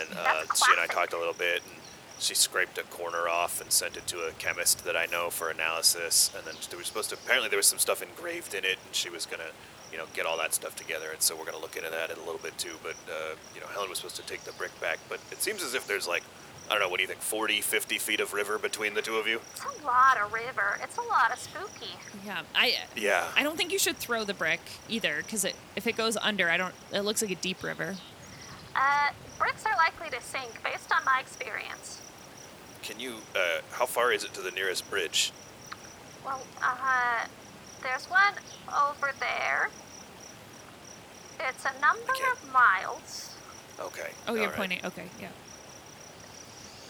and uh,
That's
she and I
classic.
talked a little bit. And she scraped a corner off and sent it to a chemist that I know for analysis. And then they were supposed to. Apparently, there was some stuff engraved in it, and she was gonna. You know, get all that stuff together, and so we're gonna look into that in a little bit too. But uh, you know, Helen was supposed to take the brick back, but it seems as if there's like I don't know, what do you think, 40, 50 feet of river between the two of you?
It's a lot of river. It's a lot of spooky.
yeah, I
Yeah.
I don't think you should throw the brick either, because it, if it goes under, I don't. It looks like a deep river.
Uh, bricks are likely to sink based on my experience.
Can you, uh, how far is it to the nearest bridge?
Well, uh, there's one over there. It's a number
Okay.
of miles
Okay.
Oh, you're
all right.
pointing. Okay, yeah.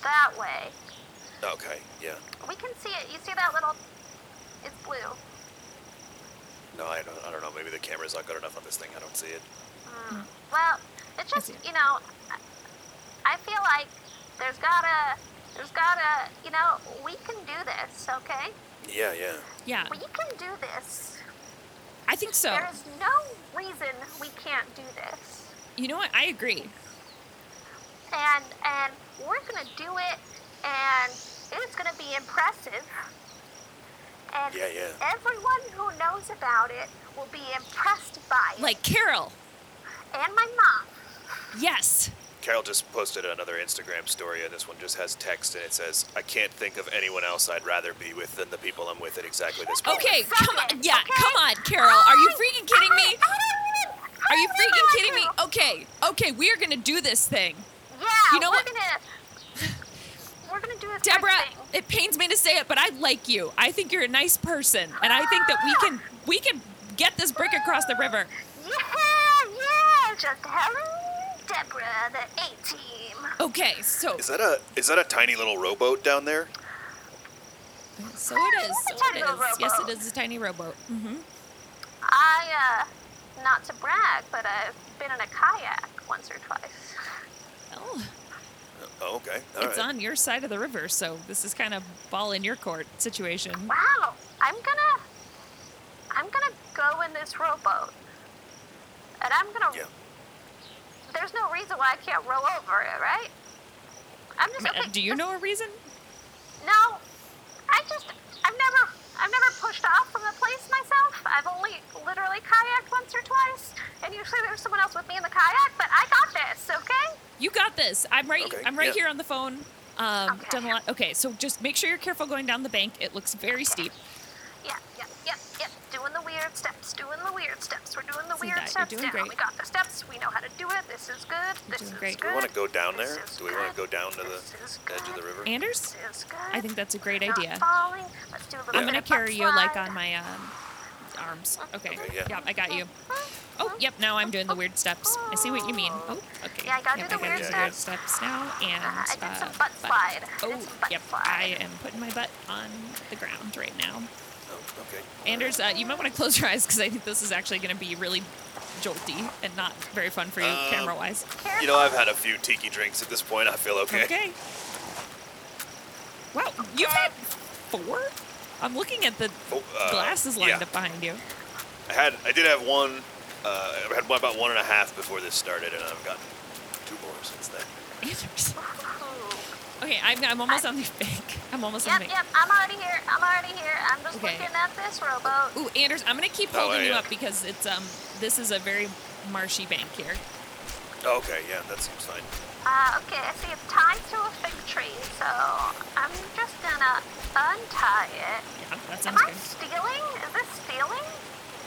that way.
Okay, yeah.
We can see it. You see that little? It's blue.
No, I don't, I don't know. Maybe the camera's not good enough on this thing. I don't see it.
Mm. Well, it's just
Hmm. see it.
you know, I- I feel like there's gotta, there's gotta, you know, we can do this, okay?
Yeah, yeah.
Yeah,
We can do this.
I think Uh. so.
There is no reason we can't do this.
You know what? I agree.
and um, and we're gonna do it and it's gonna be impressive and
Yeah, yeah.
everyone who knows about it will be impressed by it.
Like Carol.
and my mom.
Yes.
Carol just posted another Instagram story, and this one just has text, and it says, "I can't think of anyone else I'd rather be with than the people I'm with at exactly this moment."
Okay, come on.
Second,
Yeah,
okay? Oh,
come on, Carol. Are you
I-
freaking kidding
I-
me?
I don't even- I
Are you
don't even
freaking kidding me?
like
Okay, okay, we are gonna do this thing.
you. Yeah,
You know
we're
what?
gonna we're gonna do this good
Deborah,
thing.
it pains me to say it, but I like you. I think you're a nice person, and I think that
Ah.
we can we can get this brick across the river.
Yeah, yeah, just Helen, Deborah, the A team.
Okay, so
Is that a is that a tiny little rowboat down there?
so it is. So it
Tiny
is.
little
Yes, it
rowboat.
is a tiny rowboat. hmm
I, uh, not to brag, but I've been in a kayak once or twice.
Well,
Oh, okay. All right.
it's on your side of the river, so this is kind of ball in your court situation.
Wow, I'm gonna, I'm gonna go in this rowboat, and I'm gonna.
Yeah.
There's no reason why I can't row over it, right? I'm just.
Uh,
Okay,
Do you
just-
know a reason?
No, I just, I've never, I've never pushed off from the place myself. I've only literally kayaked once or twice, and usually there's someone else with me in the kayak. But I got this, okay?
You got this. I'm right.
Okay,
I'm right
yeah.
here on the phone. Um,
Okay.
done a lot. Okay, so just make sure you're careful going down the bank. It looks very steep.
Yeah, yeah, yeah, yeah. Doing the weird steps, doing the weird steps. We're doing the
See
weird
that, you're
steps
doing
now.
great.
We got the steps. We know how to do it. This is good. this
doing
is
great.
Do
good.
we want to go down
This
there?
is
Do we want to
good.
go down to the
This is
edge of the
good.
river?
Anders,
This is good.
I think that's a great
Not
idea.
falling. Let's do a little
I'm
bit
gonna
of butt
carry you like
slide.
on my um, arms. Okay.
Okay, yeah.
yeah, I
Mm-hmm.
got you. Oh, yep. Now I'm doing the weird steps. I see what you mean. Oh, okay.
Yeah, I gotta
Yep,
do the weird
steps now, and
I did
uh,
some butt slide. I
Oh,
did some butt
yep.
slide.
I am putting my butt on the ground right now.
Oh, okay.
Anders, uh, you might want to close your eyes because I think this is actually going to be really jolty and not very fun for you,
Um,
camera wise.
You know, I've had a few tiki drinks at this point. I feel okay.
Okay. Wow, you've had four? I'm looking at the
Oh, uh,
glasses lined
yeah.
up behind you. [LAUGHS]
I had, I did have one. Uh, I had one, about one and a half before this started, and I've gotten two more since then.
Anders.
Ooh.
Okay, I'm, I'm almost on the [LAUGHS] bank. I'm almost on
Yep,
the bank.
yep. I'm already here. I'm already here. I'm just
Okay.
looking at this rowboat.
Ooh, Anders, I'm gonna keep
Oh,
holding you
yeah.
up because it's um this is a very marshy bank here.
Okay, yeah, that seems fine.
Uh, okay, I see it's tied to a fig tree, so I'm just gonna untie it.
Yeah, that
Am
sounds
I
good.
stealing? Is this stealing?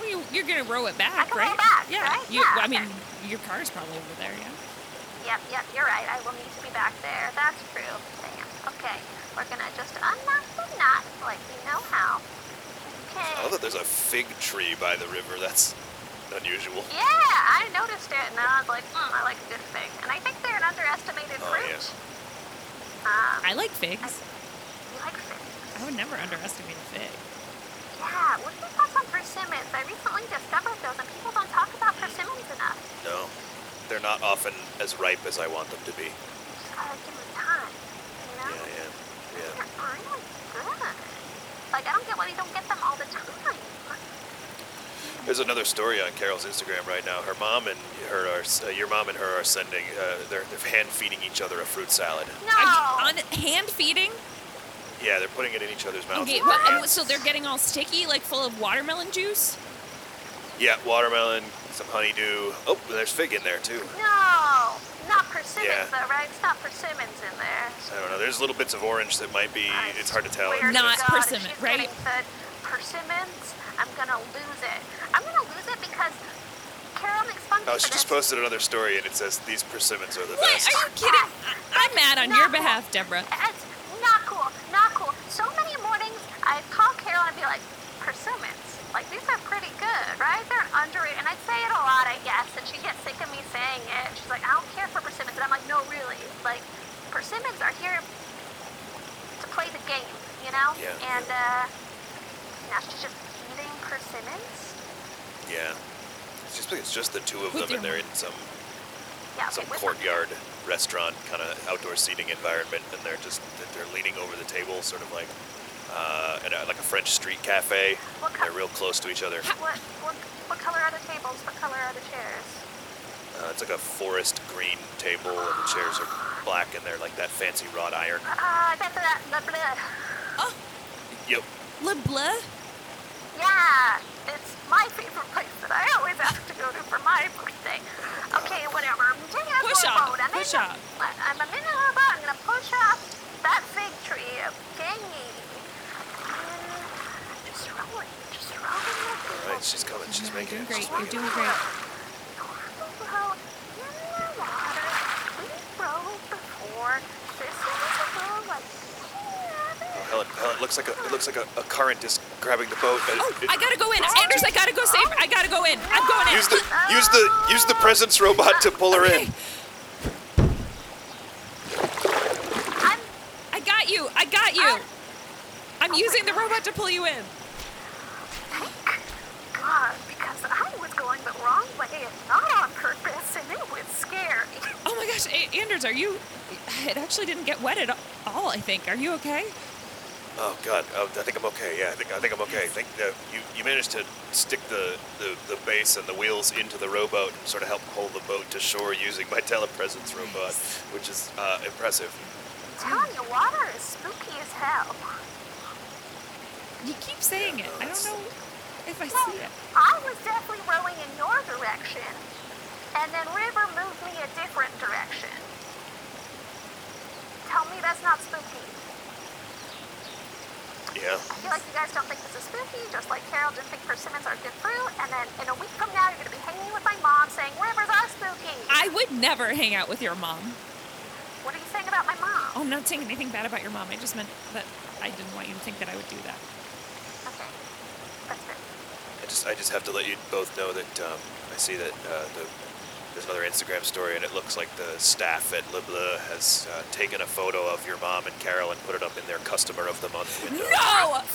Well, You, you're gonna row it back,
can
right?
row it back,
yeah.
right?
You,
Yeah,
well, I mean,
okay.
your car's probably over there. Yeah.
Yep, yep. You're right. I will need to be back there. That's true. Damn. Okay, we're gonna just unknot the knot like we know how.
I
Okay.
love that there's a fig tree by the river. That's unusual.
Yeah, I noticed it, and I was like, mm, I like a good fig. And I think they're an underestimated
Oh,
fruit.
yes.
Um,
I like figs.
you like figs.
I would never underestimate a fig.
Yeah, what's your thoughts on persimmons? I recently discovered those, and people don't talk about persimmons enough.
No, they're not often as ripe as I want them to be.
Just gotta give them time, Uh, you
Yeah,
know?
yeah,
They're
yeah.
really good. Like, I don't get why you don't get them all the time.
There's another story on Carol's Instagram right now. Her mom and her are, uh, your mom and her are sending, uh, they're, they're hand feeding each other a fruit salad.
No!
Are you on hand feeding?
Yeah, they're putting it in each other's mouths.
Okay,
with
well,
their
and
hands.
so they're getting all sticky, like full of watermelon juice.
yeah, watermelon, some honeydew. Oh, there's fig in there too.
No! Not persimmons,
Yeah.
though, right? It's not persimmons in there.
I don't know. There's little bits of orange that might be.
I
It's hard to tell.
swear to
Not
God, if
persimmon,
she's
right?
getting fed persimmons, I'm gonna lose it. I'm gonna lose it because Carol makes fun of me
Oh,
for
she just
this.
posted another story and it says these persimmons are the
What?
best.
Are you kidding? I'm mad on your behalf, Deborah.
It's not cool, not cool. So many mornings I call Carol and be like, persimmons. Like these are pretty good, right? They're underrated. And I say it a lot, I guess, and she gets sick of me saying it. She's like, I don't care for persimmons. And I'm like, no, really. Like, persimmons are here to play the game, you know?
Yeah.
And uh, now she's just eating persimmons.
Yeah. It's just, it's just the two of
With
them and
your
they're
mom.
in some
Yeah, okay,
some
with-
courtyard restaurant kind of outdoor seating environment and they're just they're leaning over the table sort of like uh, at a, like a French street cafe.
What
They're
kind-
real close to each other.
What, what, what color are the tables? What color are the chairs?
Uh, it's like a forest green table and the chairs are black and they're like that fancy wrought iron.
Ah, uh, that's that. Blah, blah.
Oh,
Yep.
Le Bleu?
Yeah, it's my favorite place that I always ask to go to for my birthday. Okay, whatever. I'm taking a
Push
slow
up,
boat. I'm
push
in,
up.
I'm a minute of boat. I'm gonna push up that fig tree, gangy. And just rolling, just rolling the
All right, she's coming. She's
Oh, You're
making
doing
it.
great.
She's
You're
making it.
doing great.
Well, in the water, we rode before. This is a little like yeah,
Helen, Helen, it looks like a it looks like a, a current is grabbing the boat. It- [LAUGHS]
Oh,
it-
I gotta go in. Anders, I gotta go save. I gotta go in. I'm going in.
use the use the use the presence robot to pull her
Okay.
in.
I'm
I got you. I got
Uh,
you. I'm using the robot to pull you in.
thank God because I was going the wrong way and not on purpose and it was [LAUGHS] scary.
Oh my gosh, A- Anders, are you? It actually didn't get wet at all. I think. Are you okay?
Oh God, oh, I think I'm okay. Yeah, I think I think I'm okay. I think uh, you you managed to stick the, the the base and the wheels into the rowboat and sort of help pull the boat to shore using my [LAUGHS] telepresence robot, which is uh, impressive.
I'm telling you, water is spooky as hell.
You keep saying it. I don't know if I
Well,
see it.
I was definitely rowing in your direction, and then River moved me a different direction. Tell me that's not spooky.
Yeah.
I feel like you guys don't think this is spooky, just like Carol didn't think persimmons are good fruit, and then in a week from now you're gonna be hanging with my mom saying rivers are spooky.
I would never hang out with your mom.
what are you saying about my
Oh,
mom?
I'm not saying anything bad about your mom. I just meant that I didn't want you to think that I would do that.
Okay. That's good.
I just I just have to let you both know that um, I see that uh, the, there's another Instagram story, and it looks like the staff at Libla has uh, taken a photo of your mom and Carol and put it up in their customer of the month window.
[LAUGHS] No!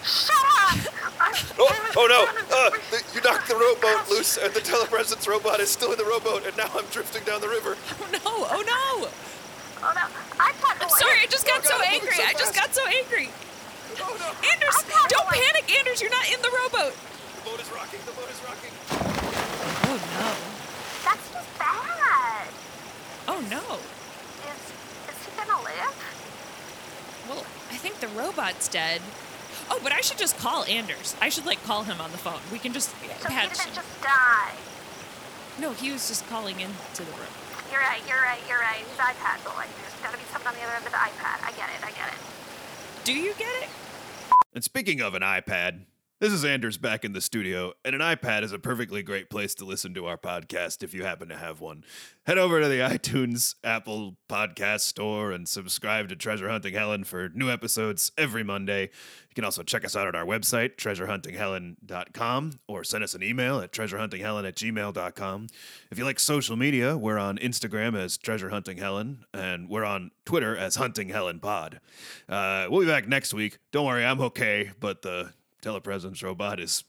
Shut up! I'm-
Oh, oh no! Uh, the, you knocked the rowboat loose, and the telepresence robot is still in the rowboat, and now I'm drifting down the river.
Oh no! Oh no!
Oh no, I thought
I'm sorry, I just got so angry. I just got so angry.
Oh no!
Anders,
I'm not
don't
going.
panic, Anders. You're not in the rowboat.
The boat is rocking. The boat is rocking.
Oh
That's just bad.
no. Oh no.
Is is he gonna live?
Well, I think the robot's dead. Oh, but I should just call Anders. I should like call him on the phone. We can just
So he
patch.
didn't just die.
No, he was just calling in to the room.
You're right, you're right, you're right. He's iPad, but like there's gotta be something on the other end of the iPad. I get it, I get it.
Do you get it?
And speaking of an iPad, this is Anders back in the studio, and an iPad is a perfectly great place to listen to our podcast if you happen to have one. Head over to the iTunes Apple Podcast Store and subscribe to Treasure Hunting Helen for new episodes every Monday. You can also check us out on our website, treasurehuntinghelen.com, or send us an email at treasurehuntinghelen at gmail.com. If you like social media, we're on Instagram as Treasure Hunting Helen, and we're on Twitter as Hunting Helen Pod. Uh, we'll be back next week. Don't worry, I'm okay, but the telepresence robot is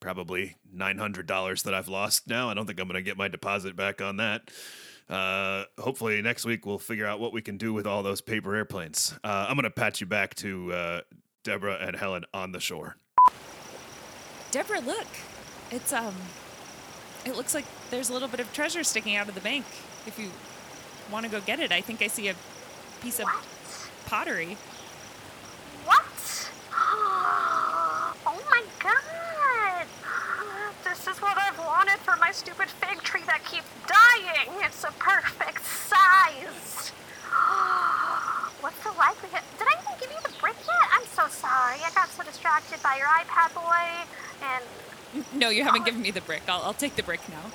probably $900 that I've lost now. I don't think I'm going to get my deposit back on that. Uh, hopefully, next week we'll figure out what we can do with all those paper airplanes. Uh, I'm going to patch you back to uh, Deborah and Helen on the shore.
Deborah, look. It's um it looks like there's a little bit of treasure sticking out of the bank. If you want to go get it, I think I see a piece of pottery.
What? [GASPS] Oh my god! This is what I've wanted for my stupid fig tree that keeps dying! It's a perfect size! [GASPS] What's the likelihood? Did I even give you the brick yet? I'm so sorry. I got so distracted by your iPad boy. And
No, you haven't given me the brick. I'll, I'll take the brick now.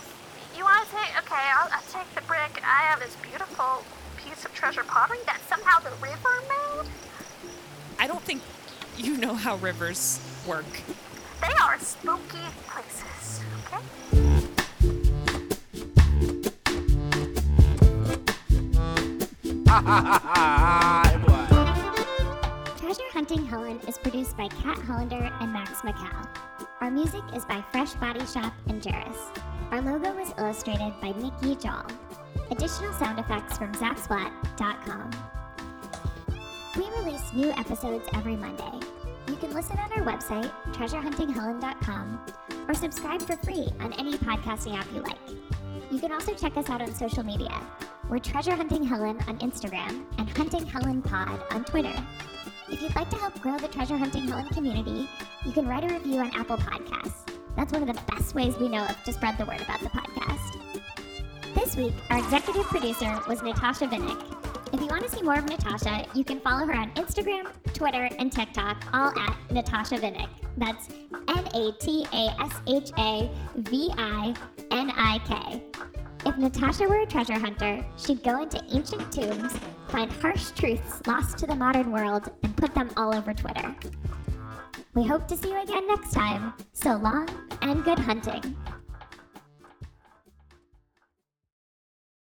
you want to take? Okay, I'll, I'll take the brick. I have this beautiful piece of treasure pottery that somehow the river made.
I don't think you know how rivers work.
They are spooky places. Okay?
Treasure Hunting Helen is produced by Kat Hollander and Max McCall. Our music is by Fresh Body Shop and Jerris. Our logo was illustrated by Nikki Jol. Additional sound effects from Zapsplat.com. We release new episodes every Monday. You can listen on our website, treasurehuntinghelen.com, or subscribe for free on any podcasting app you like. You can also check us out on social media. We're Treasure Hunting Helen on Instagram and Hunting Helen Pod on Twitter. If you'd like to help grow the treasure hunting Helen community, you can write a review on Apple Podcasts. That's one of the best ways we know of to spread the word about the podcast. This week, our executive producer was Natasha Vinnick. If you want to see more of Natasha, you can follow her on Instagram, Twitter, and TikTok, all at Natasha Vinnick. That's N A T A S H A V I N I K. If Natasha were a treasure hunter, she'd go into ancient tombs, find harsh truths lost to the modern world, and put them all over Twitter. We hope to see you again next time. So long and good hunting.